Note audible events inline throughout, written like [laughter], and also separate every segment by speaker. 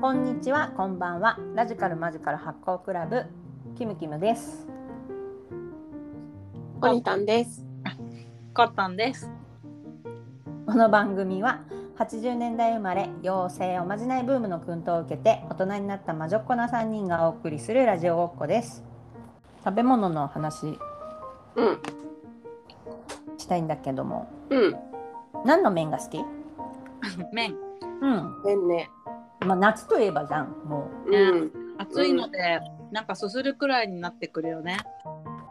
Speaker 1: こんにちは、こんばんは。ラジカルマジカル発行クラブキムキムです。
Speaker 2: ポニタンです。
Speaker 3: コットンです。
Speaker 1: この番組は80年代生まれ妖精おまじないブームの薫陶を受けて大人になった魔女っ子な3人がお送りするラジオごっこです。食べ物の話
Speaker 2: うん、
Speaker 1: したいんだけども、
Speaker 2: うん、
Speaker 1: 何の麺が好き？
Speaker 3: 麺、
Speaker 1: うん。
Speaker 2: ねんね。
Speaker 1: まあ夏といえばじゃん。も
Speaker 2: うん、
Speaker 3: 暑いので、なんかすするくらいになってくるよね。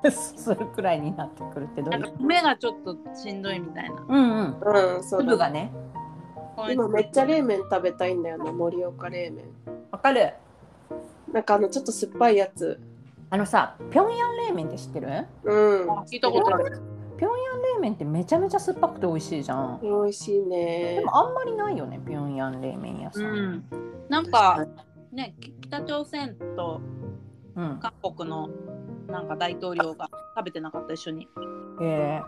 Speaker 1: う [laughs] するくらいになってくるってどうい
Speaker 3: なん
Speaker 1: う
Speaker 3: か？目がちょっとしんどいみたいな。
Speaker 1: うんうん。
Speaker 2: うん、そう
Speaker 1: 粒
Speaker 2: だ。
Speaker 1: がね。
Speaker 2: 今めっちゃ冷麺食べたいんだよな、盛岡冷麺。
Speaker 1: わかる。
Speaker 2: なんかあのちょっと酸っぱいやつ。
Speaker 1: あのさ、平壌冷麺って知ってる？
Speaker 2: うん、
Speaker 3: 聞いたことある。
Speaker 1: 平壌冷麺ってめちゃめちゃ酸っぱくて美味しいじゃん。
Speaker 2: 美味しいね
Speaker 1: で。もあんまりないよね、平壌冷麺屋さ。
Speaker 3: うんん。なんかね、き北朝鮮と
Speaker 1: うん。
Speaker 3: 韓国のなんか大統領が食べてなかった一緒に。
Speaker 1: へえ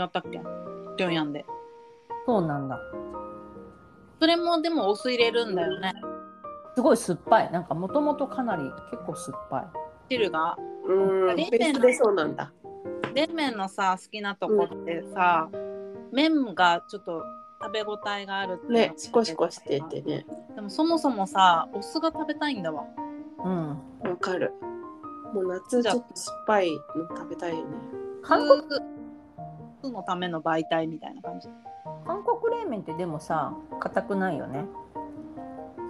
Speaker 3: 違ったっけ？平壌で。
Speaker 1: そうなんだ。
Speaker 3: それもでもお酢入れるんだよね。
Speaker 1: すごい酸っぱい。なんかもともとかなり結構酸っぱ
Speaker 3: 汁が
Speaker 2: うん、ベ
Speaker 3: 冷
Speaker 2: ー
Speaker 3: 麺
Speaker 2: スでそうなんだ。
Speaker 3: 冷麺のさ好きなとこってさ、麺がちょっと食べ応えがあるっていうのが
Speaker 2: ね、シコシコしててね。
Speaker 3: でもそもそもさお酢が食べたいんだわ
Speaker 1: い。うん。
Speaker 2: わかる。もう夏ちょっと酸っぱいの食べたいよね。
Speaker 1: 韓国
Speaker 3: 酢のための媒体みたいな感じ
Speaker 1: 韓国冷麺ってでもさ、硬くないよね。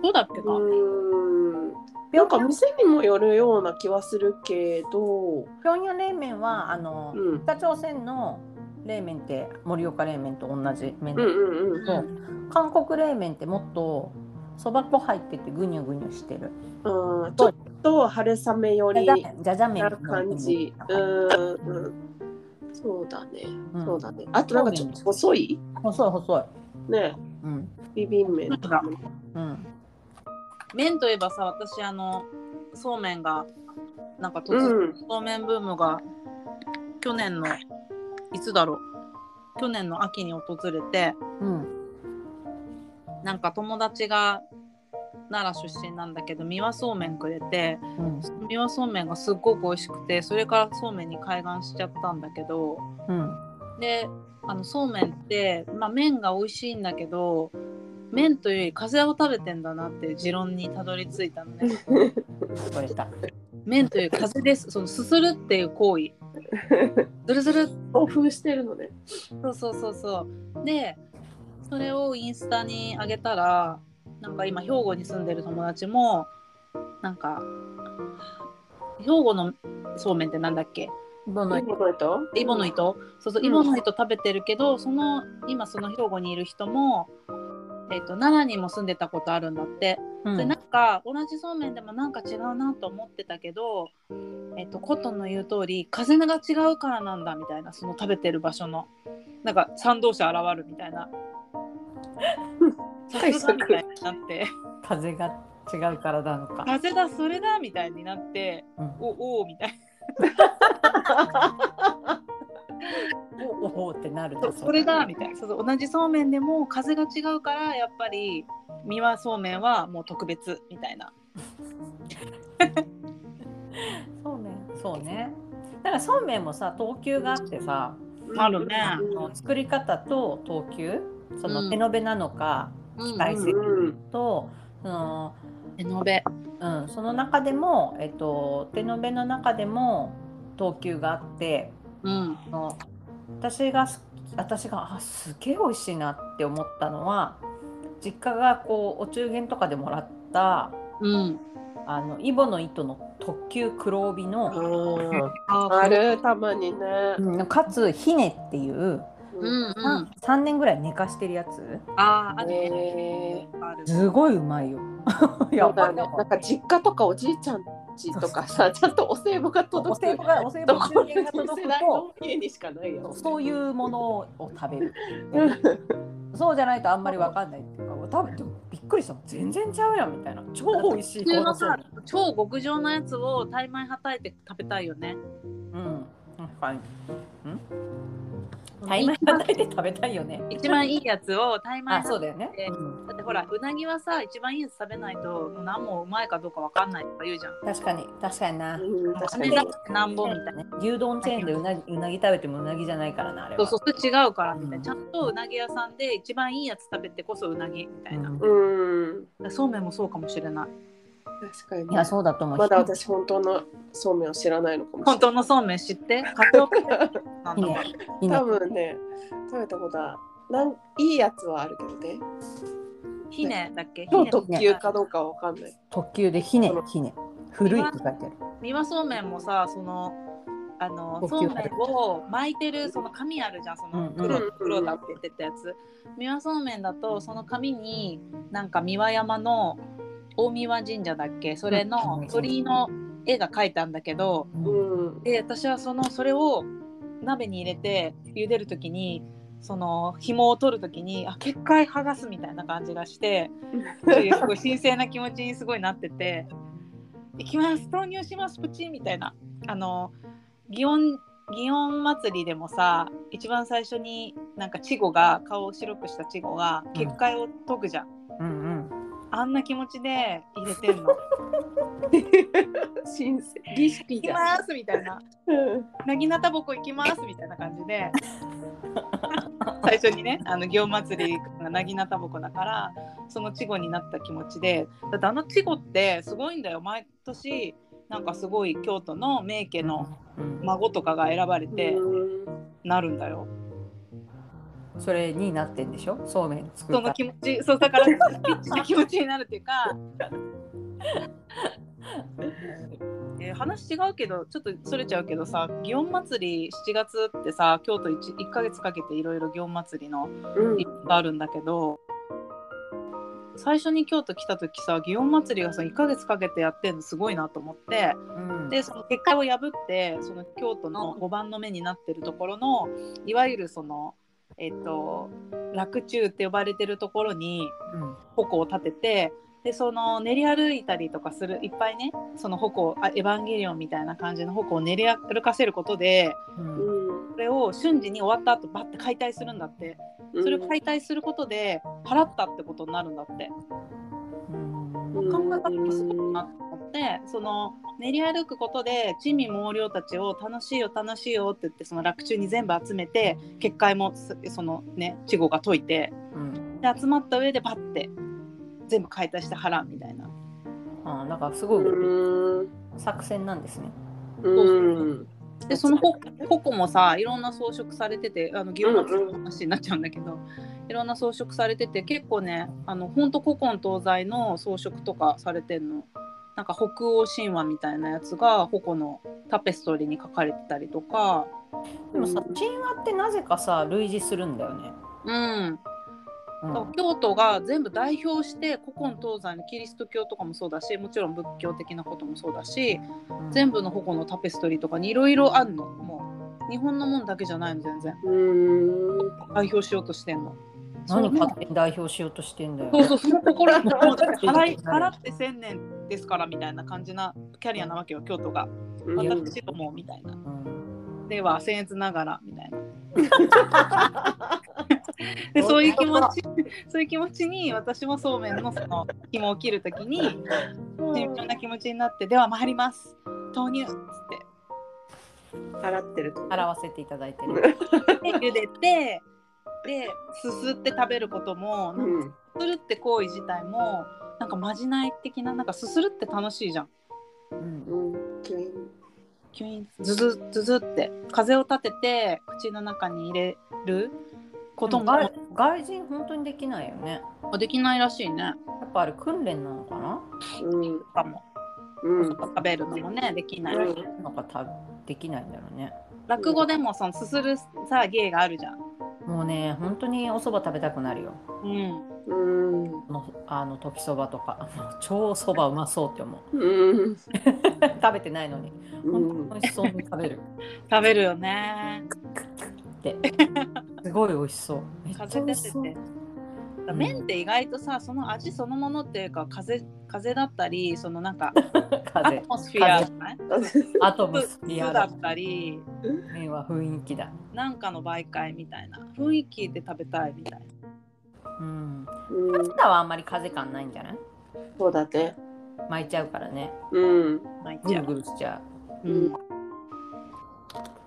Speaker 3: そうだっけか、
Speaker 2: うん。なんか店にもよるような気はするけど、
Speaker 1: 平壌冷麺はあの、
Speaker 2: うん、
Speaker 1: 北朝鮮の冷麺って盛岡冷麺と同じ麺
Speaker 2: う
Speaker 1: で
Speaker 2: んうんうん。
Speaker 1: そう韓国冷麺ってもっとそば粉入っててぐにゅぐにゅしてる。
Speaker 2: うんちょっと春雨よ
Speaker 1: じゃ
Speaker 2: り
Speaker 1: じゃ麺じゃじゃ麺
Speaker 2: な感じ。う、
Speaker 1: うん
Speaker 2: うん。そうだね。
Speaker 1: ん
Speaker 2: そうだね。あとなんかちょっと細い
Speaker 1: 細い細い。
Speaker 2: ね、
Speaker 1: うん。
Speaker 2: ビビン麺。
Speaker 3: そうだ
Speaker 1: うん。
Speaker 3: 麺といえばさ私あのそうめんがなんか突
Speaker 2: う
Speaker 3: 然、
Speaker 2: ん。
Speaker 3: そうめんブームが去年のいつだろう去年の秋に訪れて
Speaker 1: うん。
Speaker 3: なんか友達が奈良出身なんだけど三輪そうめんくれて
Speaker 1: うん。
Speaker 3: 三輪そうめんがすっごく美味しくてそれからそうめんに開眼しちゃったんだけど
Speaker 1: うん。
Speaker 3: であのそうめんって、まあ、麺が美味しいんだけど麺というより風を食べてんだなっていう持論にたどり着いたのね
Speaker 1: これた。
Speaker 3: 麺という風ですそのすするっていう行為ずるずる
Speaker 2: 興奮してるのね。
Speaker 3: そうそうそうそうでそれをインスタに上げたらなんか今兵庫に住んでる友達もなんか兵庫のそうめんってなんだっけ
Speaker 1: どの
Speaker 2: どういうことと
Speaker 3: イボの糸、そうそう
Speaker 2: うん
Speaker 3: イボの糸食べてるけど、その今その兵庫にいる人も、えっと奈良にも住んでたことあるんだって、
Speaker 1: う
Speaker 3: で
Speaker 1: ん
Speaker 3: なんか同じそうめんでもなんか違うなと思ってたけど、えっとコットンの言う通り風が違うからなんだみたいなその食べてる場所のなんか賛同者現るみたいな。さすがみたいになって
Speaker 1: 風が違うからなのか。
Speaker 3: 風だそれだみたいになって
Speaker 1: うん
Speaker 3: おおみたい
Speaker 1: おおおってなる
Speaker 3: なそれだみたいなそうそう同じそうめんでも風が違うからやっぱり三輪そうめんはもう特別みたいな
Speaker 1: そうね。そうね。だからそうめんもさ、等級があってさ、
Speaker 3: あるね
Speaker 1: あの作り方と等級、その手延べなのか機
Speaker 2: う
Speaker 1: 械
Speaker 2: ん
Speaker 1: 製
Speaker 2: うん
Speaker 1: と、その
Speaker 3: 手延べ
Speaker 1: うん、その中でも、えっと、手延べの中でも等級があって
Speaker 3: うん
Speaker 1: あの私がす私があすげえ美味しいなって思ったのは実家がこうお中元とかでもらった
Speaker 3: うん
Speaker 1: あのイボの糸の特級黒帯の、
Speaker 2: あー
Speaker 3: あ
Speaker 2: あるたまにね。
Speaker 1: うんかつひねっていう、
Speaker 3: う
Speaker 2: うん
Speaker 3: んう
Speaker 1: 三3
Speaker 3: ん
Speaker 1: 年ぐらい寝かしてるやつ
Speaker 3: あーあるね
Speaker 2: ね
Speaker 3: ある
Speaker 1: すごいうまいよ。
Speaker 2: そ
Speaker 1: や
Speaker 2: うだ
Speaker 1: ばい
Speaker 2: ね
Speaker 1: な
Speaker 2: なんか実家とかおじいちゃんちとかさ、ちゃんとお歳暮が
Speaker 1: お
Speaker 2: 届く。
Speaker 1: 歳暮がお歳暮
Speaker 2: ど
Speaker 1: お
Speaker 2: こ
Speaker 1: 中
Speaker 2: に
Speaker 1: 元が届くと
Speaker 2: も家にしかないよ。
Speaker 1: そういうものを食べる。
Speaker 2: うん
Speaker 1: そうじゃないとあんまりわかんないっていうか、多分でもびっくりした。全然ちゃうやんみたいな。超美味しい。
Speaker 3: 普通の
Speaker 1: そう
Speaker 3: さ超極上のやつをタイ米はたいて食べたいよね
Speaker 1: うん。うん。はい。タイ米は大体食べたいよね。
Speaker 3: 一番いいやつをタイ米
Speaker 1: あ、
Speaker 3: だ
Speaker 1: そうだよね。うん
Speaker 3: ってほらうなぎはさ一番いいやつ食べないと何もうまいかどうかわかんないとか言うじゃん。
Speaker 1: 確かに、確かにな。
Speaker 2: うん、確か
Speaker 3: 金
Speaker 2: に
Speaker 3: 出してなんぼみたいな。
Speaker 1: 牛丼チェーンでうなぎうなぎ食べてもうなぎじゃないからな、あれ
Speaker 3: そう
Speaker 1: は。
Speaker 3: そううそれ違うからみたいな。ちゃんとうなぎ屋さんで一番いいやつ食べてこそうなぎみたいな。だか
Speaker 2: うん
Speaker 3: らそうめんもそうかもしれない。
Speaker 2: 確かに
Speaker 1: んいや、そうだと思う。
Speaker 2: まだ私本当のそうめんを知らないのかもしれ
Speaker 3: 本
Speaker 2: ない
Speaker 3: 当のそうめん知ってカツオなん
Speaker 1: いい
Speaker 3: だもん
Speaker 1: ね。いいね
Speaker 2: 多。分ね食べたことはなんいいやつはあるけどね
Speaker 3: [laughs] ひねだっけ
Speaker 1: そ
Speaker 2: 超
Speaker 1: う
Speaker 2: 特急かどうかは分かんない
Speaker 1: 特急でひね、ひね。古いって書いてある。
Speaker 3: 三輪そうめんもさそのあの
Speaker 1: 呼吸
Speaker 3: そうめんを巻いてるその紙あるじゃんその
Speaker 1: うんうん
Speaker 3: 黒,、黒だって言ってたやつ三輪そうめんだとその紙になんか三輪山の大三輪神社だっけそれ
Speaker 1: う
Speaker 3: の
Speaker 1: ん
Speaker 3: 鳥居の絵が描いてあるんだけど
Speaker 2: うん
Speaker 3: で私はそのそれを鍋に入れて茹でる時にその紐を取る時にあ結界剥がすみたいな感じがしてっていうすごい神聖な気持ちにすごいなってて「行きます投入しますプチ」みたいなあの祇園祇園祭りでもさ一番最初になんか稚児が顔を白くした稚児が結界を解くじゃん、
Speaker 1: うん
Speaker 2: [laughs]
Speaker 1: うん。
Speaker 3: あんな気持ちで入れてんの「
Speaker 2: 新鮮儀式
Speaker 3: 行
Speaker 2: じ
Speaker 3: き
Speaker 2: ゃん
Speaker 3: ます」みたいな
Speaker 2: うん
Speaker 3: 「なぎなたぼこ行きます」みたいな感じで最初にねあの祇園祭りがなぎなたぼこだからその稚児になった気持ちでだってあの稚児ってすごいんだよ毎年なんかすごい京都の名家の
Speaker 1: うん
Speaker 3: 孫とかが選ばれてなるんだよ。
Speaker 1: それになってんでしょそうめん作
Speaker 3: そ
Speaker 1: るか
Speaker 3: の
Speaker 1: ら
Speaker 3: 気持ちそうだからピッチな [laughs] 気持ちになるっていうか。 [laughs] えー話違うけどちょっとそれちゃうけどさ祇園祭り7月ってさ京都 1, 1ヶ月かけていろいろ祇園祭りの
Speaker 2: うん
Speaker 3: イベントあるんだけど最初に京都来た時さ祇園祭りがさ1ヶ月かけてやってんのすごいなと思って
Speaker 1: うん
Speaker 3: でその結界を破ってその京都の5番の目になってるところのいわゆるそのえっ、と洛中って呼ばれてるところに
Speaker 1: うん
Speaker 3: 矛を立ててでその練り歩いたりとかするいっぱいねその矛をあエヴァンゲリオンみたいな感じの矛を練り歩かせることで
Speaker 1: うん
Speaker 2: うん
Speaker 3: それを瞬時に終わった後バッて解体するんだってそれを解体することで払ったってことになるんだって
Speaker 1: うん
Speaker 2: うん
Speaker 3: 考え方がすごいなと思ってその練り歩くことで地味毛量たちを楽しいよ楽しいよって言ってその楽中に全部集めて結界もすそのね稚語が解いて
Speaker 1: うん
Speaker 3: で集まった上でパッて全部解体して払うみたいな。
Speaker 1: あなんかすごい
Speaker 2: うん
Speaker 1: 作戦なんですね
Speaker 2: うん
Speaker 3: でそのほ矛もさいろんな装飾されててあの祇園祭の話になっちゃうんだけど、いろんな装飾されてて結構ねあのほんと古今東西の装飾とかされてんのなんか北欧神話みたいなやつが矛のタペストリーに書かれてたりとか
Speaker 1: でもさ神話ってなぜかさ類似するんだよね
Speaker 3: うん、
Speaker 1: うん
Speaker 3: 京都が全部代表して古今東西のキリスト教とかもそうだしもちろん仏教的なこともそうだし全部の矛のタペストリーとかにいろいろあんのもう日本のもんだけじゃないの全然
Speaker 2: うん
Speaker 3: 代表しようとしてんの。
Speaker 1: 何勝手に代表しようとしてんだよ
Speaker 3: そうそう、その心 [laughs] はもうだって払い
Speaker 1: なる
Speaker 3: 払って千年ですからみたいな感じなキャリアなわけよ、京都が。私どもみたいな。
Speaker 1: うん
Speaker 3: では、僭越ながらみたいな。 [laughs] でそういう気持ち、そういう気持ちに私もそうめんのその紐を切るときに、慎重な気持ちになって、では回ります。投入っつっ
Speaker 2: 払ってると
Speaker 1: 払わせていただいて
Speaker 2: う
Speaker 1: る
Speaker 2: ん
Speaker 3: て、で茹でて、で、すすって食べることも、なんか
Speaker 2: うん
Speaker 3: すするって行為自体も、なんかまじない的な、なんかすするって楽しいじゃん。
Speaker 1: うん
Speaker 2: うん急に
Speaker 3: キュインズズズズって風を立てて口の中に入れること
Speaker 1: でも
Speaker 3: も
Speaker 1: 外外人本当にできないよね
Speaker 3: できないらしいね。
Speaker 1: やっぱあれ訓練なのかな
Speaker 2: うん
Speaker 3: かも
Speaker 2: うん
Speaker 3: 食べるのもねできない。
Speaker 2: うん
Speaker 1: なんかたできないんだろうね
Speaker 3: 落語でもそのすするさ芸があるじゃん。
Speaker 1: もうね本当にお蕎麦食べたくなるよ
Speaker 3: うん。
Speaker 2: うん
Speaker 1: あのあの時そばとか [laughs] あの超そばうまそうって思う
Speaker 2: うん
Speaker 1: 食べてないのに本当に美味しそうに食べる
Speaker 3: 食べるよね。
Speaker 1: ってすごい美味しそうめっちゃ
Speaker 3: 風
Speaker 1: 美味
Speaker 3: 立
Speaker 1: してそう
Speaker 3: て。麺って意外とさその味そのものっていうか風風だったりそのなんかア
Speaker 1: 風
Speaker 3: トモスフィアじゃない
Speaker 1: アトムス
Speaker 3: 服
Speaker 1: フィア
Speaker 3: だ
Speaker 1: だ
Speaker 3: ったり
Speaker 1: 面は雰囲気だ
Speaker 3: なんかの媒介みたいな雰囲気で食べたいみたいな
Speaker 1: うん
Speaker 2: う
Speaker 1: パ
Speaker 2: ん
Speaker 1: ス、タはあんまり風感ないんじゃない
Speaker 2: そうだね。
Speaker 1: 巻いちゃうからね
Speaker 2: うん。
Speaker 3: まあ言っ
Speaker 1: ぐ
Speaker 3: ちゃ
Speaker 1: る
Speaker 3: う
Speaker 1: ぐるしちゃ
Speaker 3: うん、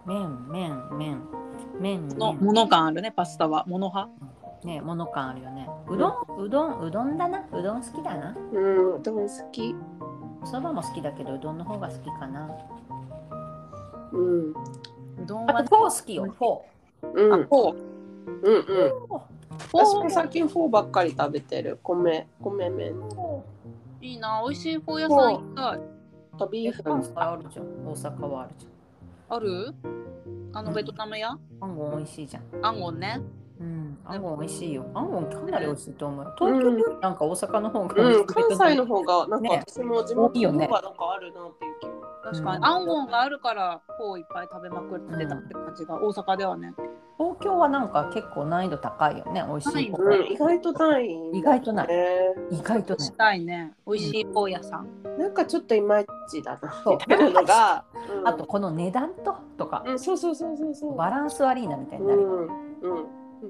Speaker 1: う麺麺麺麺
Speaker 3: の
Speaker 1: 麺
Speaker 3: 物感あるねパスタは物派
Speaker 1: ね物感あるよねうどんうどんうどんだなうどん好きだな
Speaker 2: うん。でも好き。
Speaker 1: そばも好きだけどうどんの方が好きかな
Speaker 2: うん。
Speaker 3: うどん
Speaker 1: あ
Speaker 3: は
Speaker 1: とフォー好きよフォ
Speaker 2: うん。う
Speaker 3: あ
Speaker 2: ん
Speaker 3: こ
Speaker 2: うん。私も
Speaker 3: う
Speaker 2: 最近フォーばっかり食べてる。米、米麺
Speaker 1: ー
Speaker 3: いいな美味しいフォー屋さん行ったい
Speaker 2: とビー
Speaker 1: え
Speaker 2: フ
Speaker 1: 関
Speaker 2: ン。
Speaker 1: 西あるじゃん大阪はあるじ
Speaker 3: あるあのベトナム屋
Speaker 1: ゃんあんごん美味しいじゃん
Speaker 3: アンゴンね
Speaker 1: うん、あんごん美味しいよ。あんごんかなり美味しいと思う。東京よりなんか大阪の方が美味し
Speaker 2: う
Speaker 1: い
Speaker 2: ん。関西の方がなんか
Speaker 1: ね
Speaker 2: 私も地
Speaker 1: いいよ
Speaker 2: 元の
Speaker 1: ね
Speaker 2: 方がなんかあるなっていう気も。
Speaker 3: 確かに、
Speaker 1: うん
Speaker 3: アンゴンがあるからフォーいっぱい食べまくってたって感じが、大阪ではね
Speaker 1: 東京はなんか結構難易度高いよね。美味しい方が。
Speaker 2: うん。意外とない。
Speaker 1: 意外とない。
Speaker 2: ね。
Speaker 1: 意外とない。
Speaker 3: したいね美味しいフォー屋さん、
Speaker 2: なんかちょっといまいちだな
Speaker 1: そう
Speaker 2: みたいなのが、うん
Speaker 1: あと、この値段ととか
Speaker 2: うん、そうそうそうそうそう。
Speaker 1: バランス悪いなみたいに
Speaker 2: う
Speaker 1: なる。
Speaker 2: ん、うん。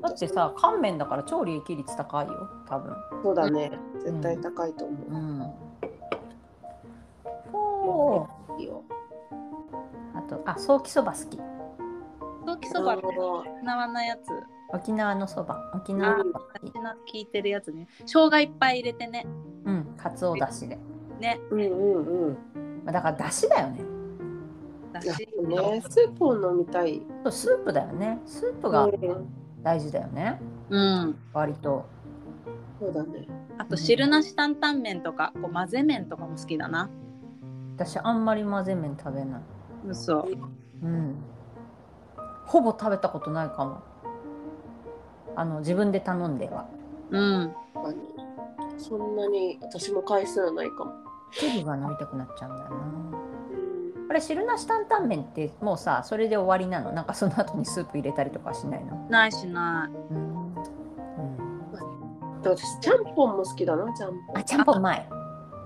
Speaker 1: だってさ、乾麺だから超利益率高いよ。多分。
Speaker 2: そうだね。絶対高いと思
Speaker 1: う
Speaker 2: う。
Speaker 1: ん。おー
Speaker 2: いいよ。
Speaker 1: あとあソーキそば好き。
Speaker 3: ソーキそばって
Speaker 2: う
Speaker 3: 沖縄のやつ
Speaker 1: 沖縄のそば。沖縄のそば好き
Speaker 3: 私。の聞いてるやつね生姜いっぱい入れてね
Speaker 1: うん。かつおだしで。
Speaker 3: ね
Speaker 2: んうんうん。
Speaker 1: まあだからだしだよね。
Speaker 3: だし
Speaker 2: だってね、スープを飲みたい。
Speaker 1: そうスープだよね。スープが
Speaker 2: うん
Speaker 1: 大事だよね。
Speaker 3: うん
Speaker 1: 割と。
Speaker 2: そうだね。
Speaker 3: あと汁なし担々麺とかこう混ぜ麺とかも好きだな
Speaker 1: 私あんまり混ぜ麺食べない。
Speaker 3: 嘘
Speaker 1: うん。ほぼ食べたことないかも。あの自分で頼んでは。
Speaker 3: うん
Speaker 2: 確かにそんなに私も回数はないかも。
Speaker 1: 汁が飲みたくなっちゃうんだよな。
Speaker 2: うん
Speaker 1: あれ汁なし担々麺ってもうさそれで終わりなの。なんかその後にスープ入れたりとかしないの。
Speaker 3: ないしない
Speaker 1: うん。うん、
Speaker 2: で私ちゃんぽんも好きだなちゃんぽ
Speaker 1: あちゃんぽんうまい。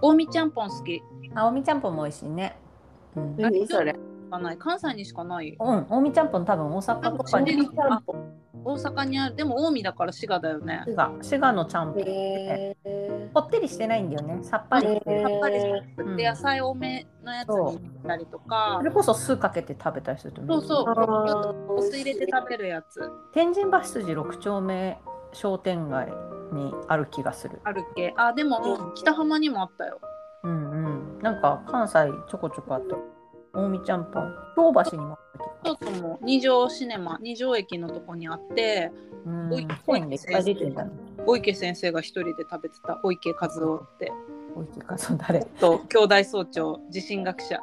Speaker 3: 近江ちゃんぽん好き
Speaker 1: あおみちゃんぽんも美味しいね。うん。
Speaker 2: ん。何それ？
Speaker 3: しかない関西にしかないよ
Speaker 1: うん、おみちゃんぽん多分大阪とか
Speaker 3: ち
Speaker 1: に
Speaker 3: ゃんぽん
Speaker 2: ちゃんぽん。
Speaker 3: 大阪にあるでも近江だから滋賀だよね
Speaker 1: 滋賀滋賀のちゃんぽんって
Speaker 2: へえ。
Speaker 1: ぽってりしてないんだよねさっぱりしてる
Speaker 2: へー
Speaker 3: やっぱり
Speaker 1: うん
Speaker 3: で野菜多めのやつにしたりとか
Speaker 1: それこそ酢かけて食べたりすると
Speaker 3: そうそう
Speaker 2: あー
Speaker 3: お酢入れて食べるやつ
Speaker 1: 天神橋筋6丁目商店街にある気がする
Speaker 3: あるっけあでも北浜にもあったよ
Speaker 1: うんうんなんか関西ちょこちょこあった近江ちゃんぽん京橋にもあった気
Speaker 3: 京
Speaker 1: が
Speaker 3: 都も二条シネマ二条駅のとこにあって
Speaker 1: うん
Speaker 3: おい
Speaker 1: そうなんでいっぱい出てんだね
Speaker 3: 小池先生が一人で食べてた小池和夫って
Speaker 1: おいしいかそう誰
Speaker 3: と兄弟総長地震学者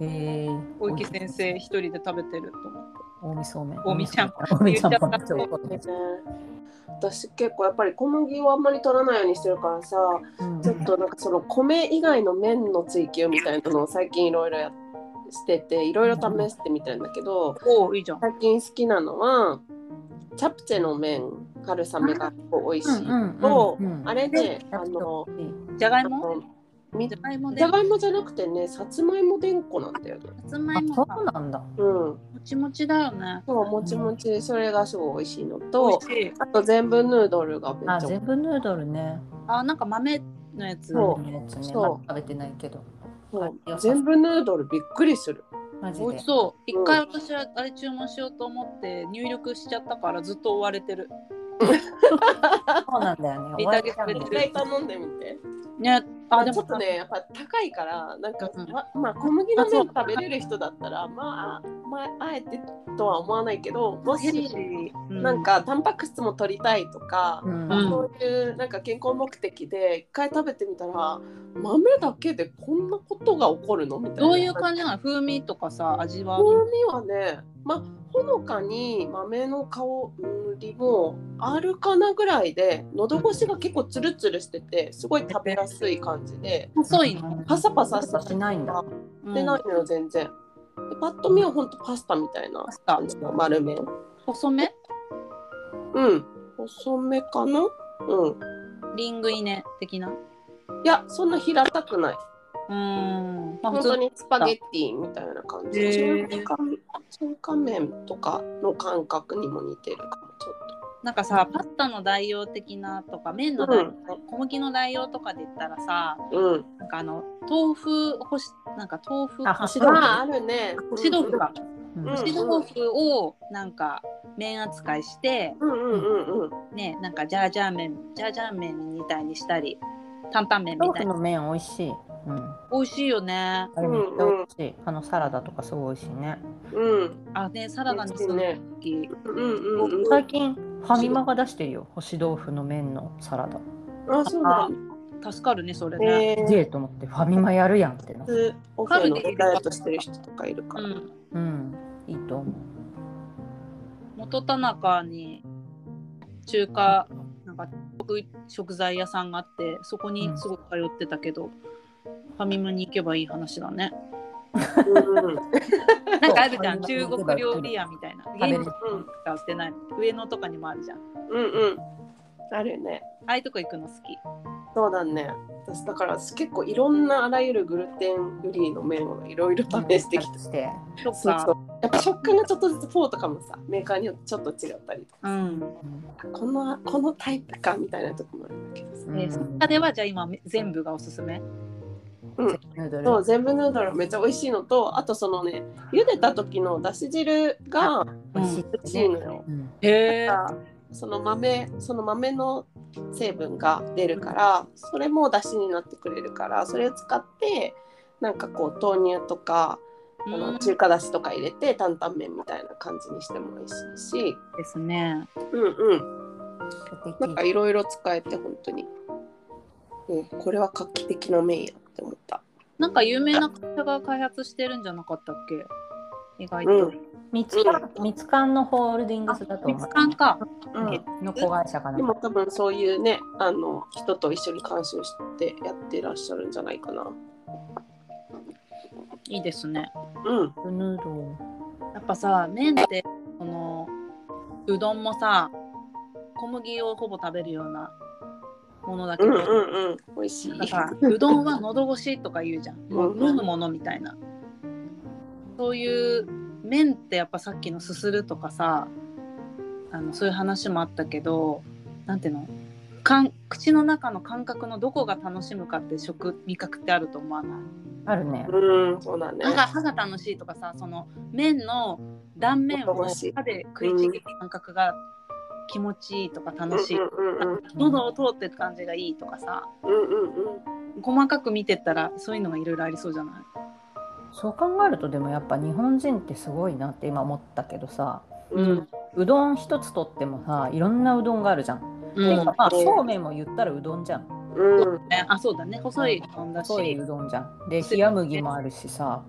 Speaker 1: え
Speaker 3: 小池先生一人で食べてると思って
Speaker 1: 近江そうめん
Speaker 3: 近江ちゃんぽ
Speaker 1: 近
Speaker 3: ん
Speaker 1: 江ちゃんぽん
Speaker 3: 言っちゃった
Speaker 2: ね私結構やっぱり小麦をあんまり取らないようにしてるからさ
Speaker 1: うん
Speaker 2: ちょっとなんかその米以外の麺の追求みたいなのを最近いろいろやしてていろいろ試してみてんだけど
Speaker 3: おおいいじゃん
Speaker 2: 最近好きなのはチャプチェの麺春雨が結構美味しいと
Speaker 1: うんうんうんうん
Speaker 2: あれで
Speaker 1: チ
Speaker 2: あ
Speaker 1: ャプチェ
Speaker 2: の
Speaker 3: じゃがい
Speaker 2: あ
Speaker 3: も
Speaker 2: のみ
Speaker 3: じゃがいもで
Speaker 2: じゃがいもじゃなくてねさつまいもでんこなんだよね。
Speaker 3: さつま
Speaker 1: あ
Speaker 3: いも
Speaker 1: そ
Speaker 3: が
Speaker 1: うなんだ
Speaker 2: うん、
Speaker 3: もちもちだよね
Speaker 2: そうもちもちそれがすごい美味しいの
Speaker 3: 美
Speaker 2: と
Speaker 3: 味しい
Speaker 2: あと全部ヌードルがめっ
Speaker 1: あ
Speaker 2: ちゃ美味しい
Speaker 1: 全部ヌードルね
Speaker 3: あなんか豆のやつ
Speaker 2: そう
Speaker 1: 豆のやつね
Speaker 2: そ
Speaker 1: ま
Speaker 2: う
Speaker 1: だ食べてないけど
Speaker 2: そう全部ヌードルびっくりする。
Speaker 1: マジ
Speaker 3: 美味
Speaker 1: で
Speaker 3: しそう
Speaker 2: うん
Speaker 3: 一回私はあれ注文しようと思って入力しちゃったからずっと追われてる
Speaker 1: そうなんだよね
Speaker 3: 見
Speaker 1: 終
Speaker 3: た
Speaker 1: わ
Speaker 3: げ
Speaker 1: り
Speaker 3: されてる
Speaker 2: 一回頼んでみて。
Speaker 3: ね
Speaker 2: あ
Speaker 3: あ
Speaker 2: で
Speaker 3: で
Speaker 2: もちょ
Speaker 3: も
Speaker 2: っとねやっぱ高いからなんか、
Speaker 3: うん
Speaker 2: ままあ小麦の麺食べれる人だったらまあ、まあ、あえてとは思わないけども
Speaker 3: ヘルシ
Speaker 2: し
Speaker 3: ーう
Speaker 2: なんかタンパク質も取りたいとか、
Speaker 1: うん
Speaker 3: うん
Speaker 2: そういうなんか健康目的で一回食べてみたら豆だけでこんなことが起こるのみたいな。
Speaker 3: どういう感じなの風味とかさ味は
Speaker 2: 風味はね、まあ、ほのかに豆の香りもあるかなぐらいで喉越しが結構ツルツルしててすごい食べやすい感じで
Speaker 3: 細いの、
Speaker 2: パサパサ
Speaker 1: パサしないんだ
Speaker 3: う
Speaker 2: してないのよ全然。でパッと見はほんとパスタみたいな
Speaker 3: パスタ
Speaker 2: 感じの丸麺。
Speaker 3: 細め
Speaker 2: うん細めかなうん
Speaker 3: リングイネ的な
Speaker 2: いやそんな平たくない
Speaker 3: うん。まあ
Speaker 2: 本
Speaker 3: 普
Speaker 2: 当
Speaker 3: 通
Speaker 2: にスパゲッティみたいな感じ
Speaker 3: へー
Speaker 2: 中華中華麺とかの感覚にも似てるかもちょっと
Speaker 3: なんかさパスタの代用的なとか麺の代用、小麦の代用とかで言ったらさ
Speaker 2: うん、
Speaker 3: なんかあの豆腐ほしなんか豆腐
Speaker 1: あ干し豆腐
Speaker 2: まああるね
Speaker 3: 干し豆腐か
Speaker 1: うん
Speaker 2: うん
Speaker 3: 干し豆腐をなんか麺扱いして
Speaker 2: うんうんうんうん
Speaker 3: ねなんかジャージャー麺ジャージャー麺みたいにしたり担々麺み
Speaker 1: 豆
Speaker 3: た
Speaker 1: 腐
Speaker 3: いな
Speaker 1: の麺美味しい。うん。
Speaker 3: 美味しいよね
Speaker 1: あれめっちゃ美味しい。あのサラダとかすごい美味しいね。
Speaker 2: うん
Speaker 3: あねサラダにす
Speaker 2: 美
Speaker 3: る
Speaker 2: 味しいね
Speaker 3: 時
Speaker 2: うんうんうん
Speaker 1: 最近ファミマが出してるよ。干し豆腐の麺のサラダ。
Speaker 2: あそうなん
Speaker 3: 助かるねそれ
Speaker 2: だ
Speaker 3: ね、
Speaker 2: え
Speaker 1: すげえと思ってファミマやるやんってな。
Speaker 2: ーオフェのダイエットしてる人とかいるから、
Speaker 3: うん
Speaker 1: うん。いいと思う。
Speaker 3: 元田中に中華なんか食材屋さんがあってそこにすごく通ってたけど、ファミマに行けばいい話だね
Speaker 2: うんうん
Speaker 3: なんかあるじゃん
Speaker 1: ファミマ
Speaker 3: 中
Speaker 1: に行け
Speaker 3: 国
Speaker 1: ば
Speaker 3: 料理屋みたいな
Speaker 1: べれる
Speaker 3: 芸能人しかしてない上野とかにもあるじゃんあ
Speaker 2: うんうんあるよね
Speaker 3: あいうとこ行くの好き
Speaker 2: そうだね私だから結構いろんなあらゆるグルテンフリーの麺をいろいろ試してきて、
Speaker 1: して。
Speaker 3: そっ
Speaker 2: そう
Speaker 3: か
Speaker 2: そうやっぱ食感がちょっとずつフォーとかもさメーカーによってちょっと違ったりとか
Speaker 3: う
Speaker 2: さ、
Speaker 3: ん、
Speaker 2: このこのタイプかみたいなとこもあるんだけどさ、
Speaker 1: う
Speaker 3: えーその中ではじゃあ今全部がおすすめ
Speaker 1: ヌードル。
Speaker 2: そう全部ヌードルめっちゃ美味しいのとあとそのね茹でた時のだし汁が
Speaker 1: 美味しい
Speaker 2: 美味しいのよ、
Speaker 1: うん。
Speaker 3: へえ
Speaker 2: その豆その豆の成分が出るからそれも出汁になってくれるからそれを使ってなんかこう豆乳とかあの中華だしとか入れて担々麺みたいな感じにしても美味しいし
Speaker 3: ですね
Speaker 2: うんうん
Speaker 1: 素
Speaker 2: なんか
Speaker 1: 敵
Speaker 2: いろいろ使えて本当に、うん、これは画期的な麺やって思った
Speaker 3: なんか有名な会社が開発してるんじゃなかったっけ意外
Speaker 2: う
Speaker 3: と、
Speaker 2: ん
Speaker 1: ミツカン、ミツカンのホールディングスだと
Speaker 3: ミ
Speaker 1: 思
Speaker 3: ツ
Speaker 1: う。
Speaker 3: カンか
Speaker 2: うん
Speaker 1: の子会社かな
Speaker 2: で。も多分そういうねあの人と一緒に監修してやってらっしゃるんじゃないかな。
Speaker 3: いいですね
Speaker 2: うん
Speaker 1: ヌード
Speaker 3: やっぱさ麺ってそのうどんもさ小麦をほぼ食べるようなものだけ
Speaker 2: う
Speaker 3: ど、
Speaker 2: んうんうん美味しい。
Speaker 3: なんかさうどんは喉越しとか言うじゃん、もう飲むものみたいなそういう麺ってやっぱさっきのすするとかさあのそういう話もあったけどなんていうのかん口の中の感覚のどこが楽しむかって食味覚ってあると思わない
Speaker 1: あるね。
Speaker 2: うんそうだね。
Speaker 3: 歯が歯が楽しいとかさその麺の断面を歯で食いちぎる感覚が気持ちいいとか楽しい、
Speaker 2: うんうんうん
Speaker 3: 喉を通ってる感じがいいとかさ
Speaker 2: うんうんうん。
Speaker 3: 細かく見てったらそういうのがいろいろありそうじゃない
Speaker 1: そう考えるとでもやっぱ日本人ってすごいなって今思ったけどさ
Speaker 2: うん
Speaker 1: うどん一つとってもさいろんなうどんがあるじゃん。てかまあそうめんも言ったらうどんじゃん。
Speaker 2: うん
Speaker 3: ねあそうだね細いうどんだし
Speaker 1: そういううどんじゃん。で冷麦もあるしさ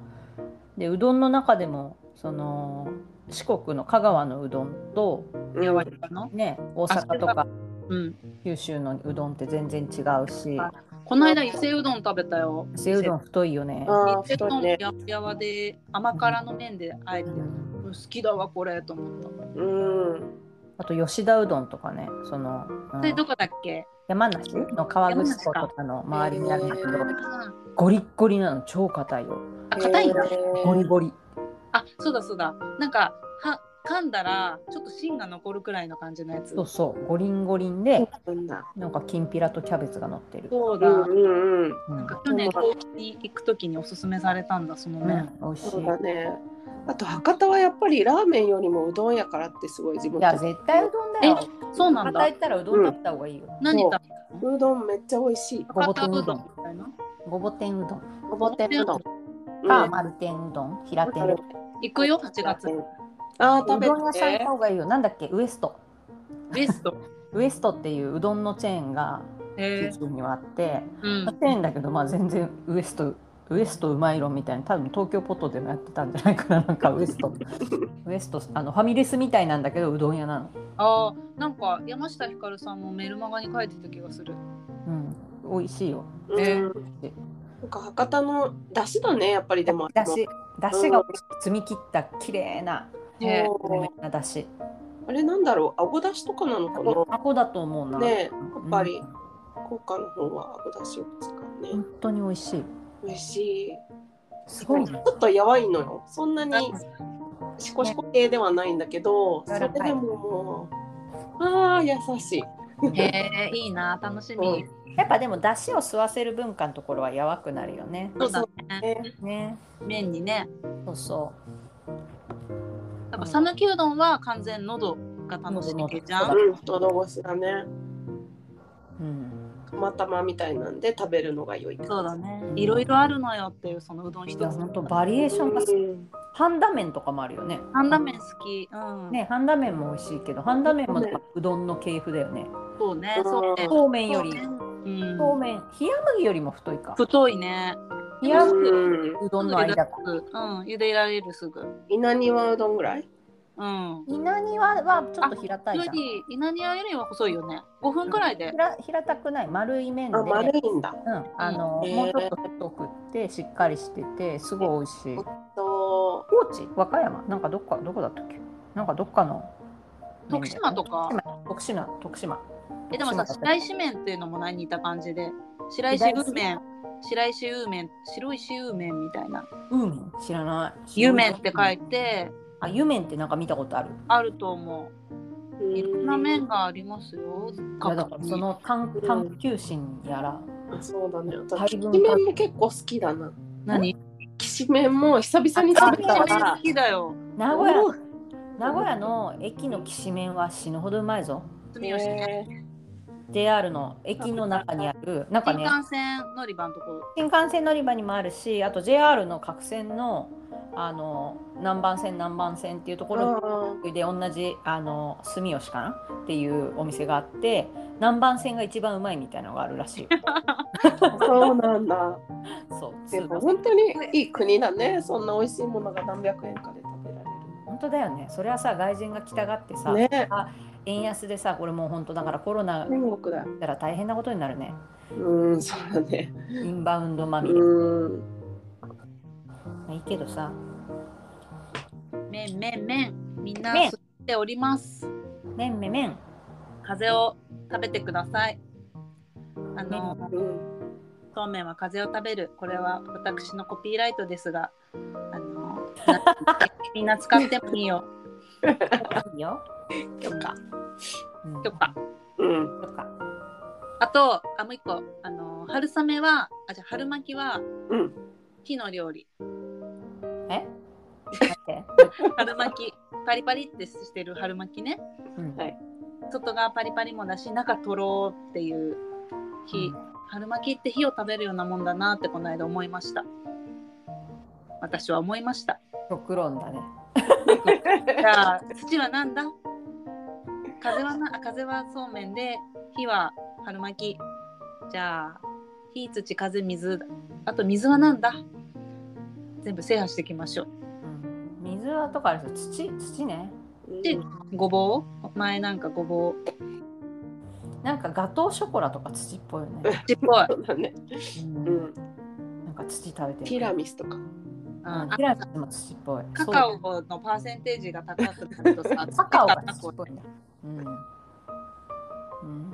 Speaker 1: でうどんの中でもその四国の香川のうどんと
Speaker 2: うん
Speaker 3: やわりかな、
Speaker 1: ね大阪とか
Speaker 3: うん、
Speaker 1: 九州のうどんって全然違うし
Speaker 3: あこの間伊勢うどん食べたよ
Speaker 1: 伊勢うどん太いよね。
Speaker 2: ああ
Speaker 3: 伊勢う
Speaker 2: 太
Speaker 3: ど
Speaker 2: い
Speaker 3: んや
Speaker 2: ね。
Speaker 3: やわで甘辛の麺であえてる、うん好きだわこれと思った、
Speaker 2: うん
Speaker 1: あと吉田うどんとかねその、うん
Speaker 3: それどこだっけ
Speaker 1: 山梨の川口湖とかの周りにあるんだけど
Speaker 3: あ
Speaker 1: ゴリッゴリなの超硬いよ。
Speaker 3: 硬いんだ
Speaker 2: へー
Speaker 1: ゴリゴリ。
Speaker 3: あそうだそうだなんかは噛んだらちょっと芯が残るくらいの感じのやつ
Speaker 1: そうそう、ゴリンゴリンで、
Speaker 2: なんだ。
Speaker 1: なんかきんぴらとキャベツが乗ってる。
Speaker 3: そう
Speaker 2: う
Speaker 3: だ、
Speaker 2: んうんうん。
Speaker 1: うん、
Speaker 3: な
Speaker 1: う
Speaker 3: んか去年東京に行く時におすすめされたんだその麺、
Speaker 1: ん、美味し
Speaker 2: そうだ
Speaker 1: い。
Speaker 2: ね。あと博多はやっぱりラーメンよりもうどんやからってすごい自分
Speaker 1: い
Speaker 2: た
Speaker 1: や、
Speaker 2: ち
Speaker 1: 絶対うどんだよ。
Speaker 3: そうなん
Speaker 1: また
Speaker 3: だ
Speaker 1: 行ったらうどんだった方がいいよ。
Speaker 3: 何食べた
Speaker 2: うどんめっちゃ美味しい。
Speaker 1: ごぼ
Speaker 3: 博
Speaker 1: 天うど
Speaker 3: 多うど
Speaker 1: ん
Speaker 3: ん、みたいな
Speaker 1: ごぼ天うどん、
Speaker 2: ごぼ天うどん。
Speaker 1: か、
Speaker 2: うん
Speaker 1: 丸天うどん、平天うどん。
Speaker 3: 行くよ8月
Speaker 2: あ
Speaker 1: う
Speaker 2: ー食べ
Speaker 1: どん屋さん行った
Speaker 2: て。
Speaker 1: 方がいいよ。なんだっけ、ウエスト。
Speaker 3: ベスト
Speaker 1: ウエストっていううどんのチェーンが
Speaker 3: へ
Speaker 1: 九州にはあって、
Speaker 3: ーうん
Speaker 1: まあチェーンだけど、まあ全然ウエスト。ウエストうまいろみたいな多分東京ポトでもやってたんじゃないかななんかウエス
Speaker 3: [laughs]
Speaker 1: トウエストあのファミレスみたいなんだけどうどん屋なの
Speaker 3: あーなんか山下ひかるさんもメルマガに書いてた気がする
Speaker 1: うん美味しいよ
Speaker 2: うんなんか博多の出汁だねやっぱりでも。
Speaker 1: だし、だしが美味しい積み切った綺麗な、
Speaker 3: ね
Speaker 2: そ
Speaker 1: 透明
Speaker 2: う
Speaker 1: なだし。
Speaker 2: あれなんだろう、あごだしとかなのか
Speaker 1: あこだと思うな。
Speaker 2: な。ねえ、やっぱり、福岡の方はアブだしを使うね
Speaker 1: 本。当に美味しい
Speaker 2: 美味しい。
Speaker 1: す
Speaker 2: ち
Speaker 1: ご
Speaker 2: ょ
Speaker 1: い
Speaker 2: っとやばいのよ。そんなにシコシコ系ではないんだけど、そ
Speaker 1: 柔
Speaker 2: れ
Speaker 1: らかい
Speaker 2: でももう、ああ、優しい。
Speaker 3: へえいいな楽しみ。
Speaker 1: やっぱでも出汁を吸わせる文化のところはやわくなるよね
Speaker 3: そうだね。
Speaker 2: ね、
Speaker 1: ね
Speaker 3: 麺にね。
Speaker 1: そうそ
Speaker 3: やっぱ讃岐うどんは完全喉が楽しみ系じゃん。
Speaker 2: うん、喉越しだね。
Speaker 1: ううん
Speaker 2: 釜玉みたいなんで食べるのが良い。
Speaker 3: そうだね。いろいろあるのよっていうそのうどん一
Speaker 1: いや
Speaker 3: つ。
Speaker 1: 本当バリエーションがす
Speaker 2: うん
Speaker 1: 半田麺とかもあるよね
Speaker 3: ハンダ麺好き。うん。
Speaker 1: ね半田麺も美味しいけど半田麺もなんかうどんの系譜だよね
Speaker 3: そうね。そうね。
Speaker 1: そうめんより
Speaker 3: うん。
Speaker 1: そうめん冷麦よりも太いか
Speaker 3: 太いね。
Speaker 1: 冷
Speaker 3: や
Speaker 1: 麦う
Speaker 2: うん。
Speaker 1: どんの間か
Speaker 3: うん。茹でられるすぐ。うん。
Speaker 2: 稲庭うどんぐらい
Speaker 1: 稲庭はちょっと平たい
Speaker 3: よ
Speaker 1: じゃん
Speaker 3: り稲庭よりは細いよね。5分くらいで
Speaker 1: ひ。ら平たくない丸い麺で
Speaker 2: あ、丸いんだ。
Speaker 1: うん、あの、
Speaker 2: へー
Speaker 1: もうちょっと太くってしっかりしててすごい美味しい
Speaker 2: そ
Speaker 1: 高知和歌山なんかどっかどこだったっけなんかどっかの
Speaker 3: 徳島とか
Speaker 1: 徳島徳島
Speaker 3: えでもさ白石麺っていうのも何似た感じで白石うめん白石うめん白石うめんみたいな
Speaker 1: うん知らない
Speaker 3: 湯麺って書いて
Speaker 1: あ湯麺ってなんか見たことある
Speaker 3: あると思
Speaker 2: う。
Speaker 3: ういろんな
Speaker 2: うん
Speaker 3: 麺がありますよ
Speaker 1: いやだからその探
Speaker 2: うん
Speaker 1: 探求心やら
Speaker 2: あそうだね。
Speaker 1: 配
Speaker 2: きし
Speaker 1: 分
Speaker 2: めんも結構好きだな。
Speaker 3: 何
Speaker 2: きしめんも久々に
Speaker 1: あ
Speaker 2: 食べ
Speaker 3: 白石
Speaker 2: た
Speaker 3: 麺
Speaker 2: ら
Speaker 3: 好。きだよ
Speaker 1: 名古屋
Speaker 2: お
Speaker 1: 名古屋の駅のきしめんは死ぬほどうまいぞ
Speaker 3: 住吉ね
Speaker 1: JR の駅の中にあるなんか
Speaker 3: 新
Speaker 1: ね
Speaker 3: 幹線乗り場のところ
Speaker 1: 新幹線乗り場にもあるしあと JR の各線のあの南蛮線南蛮線っていうところ
Speaker 2: あ
Speaker 1: で同じあの住吉かなっていうお店があって南蛮線が一番うまいみたいなのがあるら
Speaker 2: [laughs]
Speaker 1: しい
Speaker 2: ーそうなんだ。
Speaker 1: そう
Speaker 2: で
Speaker 1: 通
Speaker 2: も
Speaker 1: 路
Speaker 2: 本当にいい国だね。そんな美味しいものが何百円かで食べられ
Speaker 1: 本当だよねそれはさ外人が来たがってさ、
Speaker 2: る。ね。
Speaker 1: 円安でさこれもう本当だからコロナだ
Speaker 2: 天国だ。
Speaker 1: ったら大変なことになるね
Speaker 2: うん、そうだね。
Speaker 1: インバウンドまみれ、
Speaker 2: うん。
Speaker 1: まあいいけどさ
Speaker 3: 麺麺麺みんな吸
Speaker 1: 麺
Speaker 3: っております
Speaker 1: めんめめん
Speaker 3: 風邪を食べてくださいあの
Speaker 2: うん。
Speaker 3: そうめんは風邪を食べる。これは私のコピーライトですが、あのみんな使ってもいいよ。 [laughs]
Speaker 1: いいよ、
Speaker 2: よっか。
Speaker 1: うん、
Speaker 3: とか。
Speaker 2: うん。
Speaker 1: とか
Speaker 3: あと、あもう一個、あの春雨は、あじゃあ春巻きは
Speaker 2: うん。
Speaker 3: 火の料理。
Speaker 2: [laughs]
Speaker 1: え待って、
Speaker 3: 春巻き、パリパリってしてる春巻きね。
Speaker 1: うん
Speaker 2: はい
Speaker 3: 外側パリパリもだし、中とろーっていう火。春巻きって火を食べるようなもんだなってこの間思いました。私は思い
Speaker 1: [laughs]
Speaker 3: ました。
Speaker 1: 極論だね
Speaker 3: じゃあ土はなんだ風はなあ風はそうめんで火は春巻きじゃあ火土風水あと水はなんだ全部制覇していきましょう
Speaker 1: うん水はとかあるし土土ね
Speaker 3: でごぼう前なんかごぼう
Speaker 1: なんかガトーショコラとか土っぽいよね、
Speaker 3: ちっぽい
Speaker 2: [laughs] そうだね。
Speaker 1: うん
Speaker 2: うん。
Speaker 1: なんか土食べてる
Speaker 2: ティラミスとか。
Speaker 1: うん
Speaker 3: あ
Speaker 1: ティラミスも土っぽい
Speaker 3: カ
Speaker 1: そう
Speaker 3: カオのパーセンテージが高くなるとさ
Speaker 1: カカオが
Speaker 3: カ
Speaker 1: 土っぽいんだうん、うん、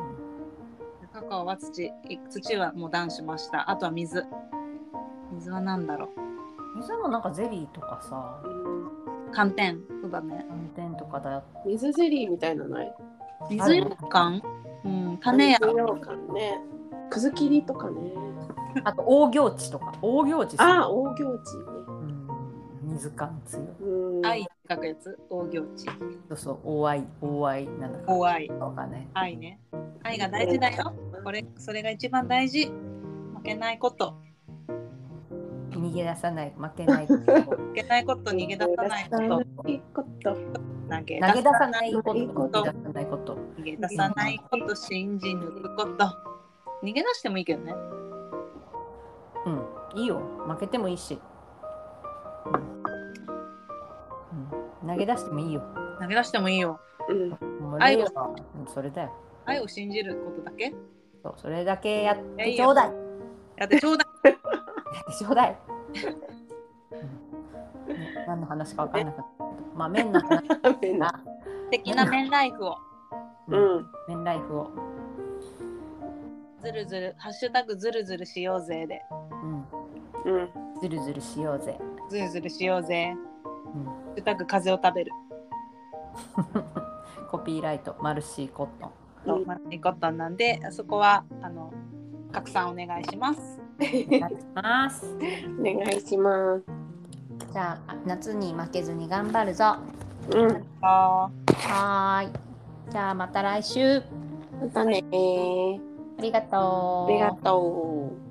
Speaker 3: カカオは土土はもう断しましたあとは水水は何だろ
Speaker 1: 水もなんかゼリーとかさ
Speaker 2: うん
Speaker 3: う寒天そうだね
Speaker 1: 寒天とかだよ
Speaker 2: 水ゼリーみたいなのない。
Speaker 3: 水ようかんうん種や
Speaker 2: 水羊羹ね。くず切りとかね。
Speaker 1: あと大行地とか大行地
Speaker 2: ああ、大行地ね。
Speaker 1: うん水感強い
Speaker 2: うん。
Speaker 3: 愛って書くやつ大行地
Speaker 1: そうそう大愛大愛なんだか
Speaker 3: 大愛
Speaker 1: わかんない
Speaker 3: 愛ね愛が大事だよこれそれが一番大事負けないこと
Speaker 1: 逃げ出さない負けない
Speaker 3: 負けないこと逃げ出さないこと
Speaker 2: いいこと。
Speaker 3: 投げ
Speaker 1: 投げ出さないこと
Speaker 2: いいこと
Speaker 1: 逃げ出さないこと
Speaker 3: 逃げ出さないこと信じ抜くこと逃げ出してもいいけどね
Speaker 1: うんいいよ負けてもいいし、うん、投げ出してもいいよ
Speaker 3: 投げ出してもいいよ
Speaker 2: うん。
Speaker 1: もう
Speaker 3: 愛
Speaker 1: レイ
Speaker 3: を
Speaker 1: はうんそれだよ
Speaker 3: 愛を信じることだけ
Speaker 1: そうそれだけやっ
Speaker 3: いやい
Speaker 1: て
Speaker 3: い
Speaker 1: ち
Speaker 3: よ
Speaker 1: ょうだい [laughs]
Speaker 3: だってちょうだい
Speaker 1: やってちょうだい、うんね何の話かわかんなかったけどまあ [laughs] 麺の話
Speaker 2: ラーメンな。
Speaker 1: だ
Speaker 3: 素敵なメンライフを
Speaker 2: うん。
Speaker 1: 麺ライフを
Speaker 3: ずるずる、ハッシュタグずるずるしようぜで。
Speaker 1: うん。
Speaker 2: うん。
Speaker 1: ずるずるしようぜ。
Speaker 3: ずるずるしようぜ。
Speaker 1: うん。 [laughs]
Speaker 3: ハッシュタグ風を食べる。
Speaker 1: コピーライト、マルシーコットン。
Speaker 3: と、マリコットンなんで、そこは、あの、拡散お願いします。
Speaker 1: お願いします。
Speaker 2: お願いします。
Speaker 1: じゃあ、夏に負けずに頑張るぞ。は
Speaker 2: うん。
Speaker 3: あ
Speaker 1: ーい。じゃあ、また来週。あ
Speaker 2: またねー。
Speaker 1: りがとう。
Speaker 2: ありがとう。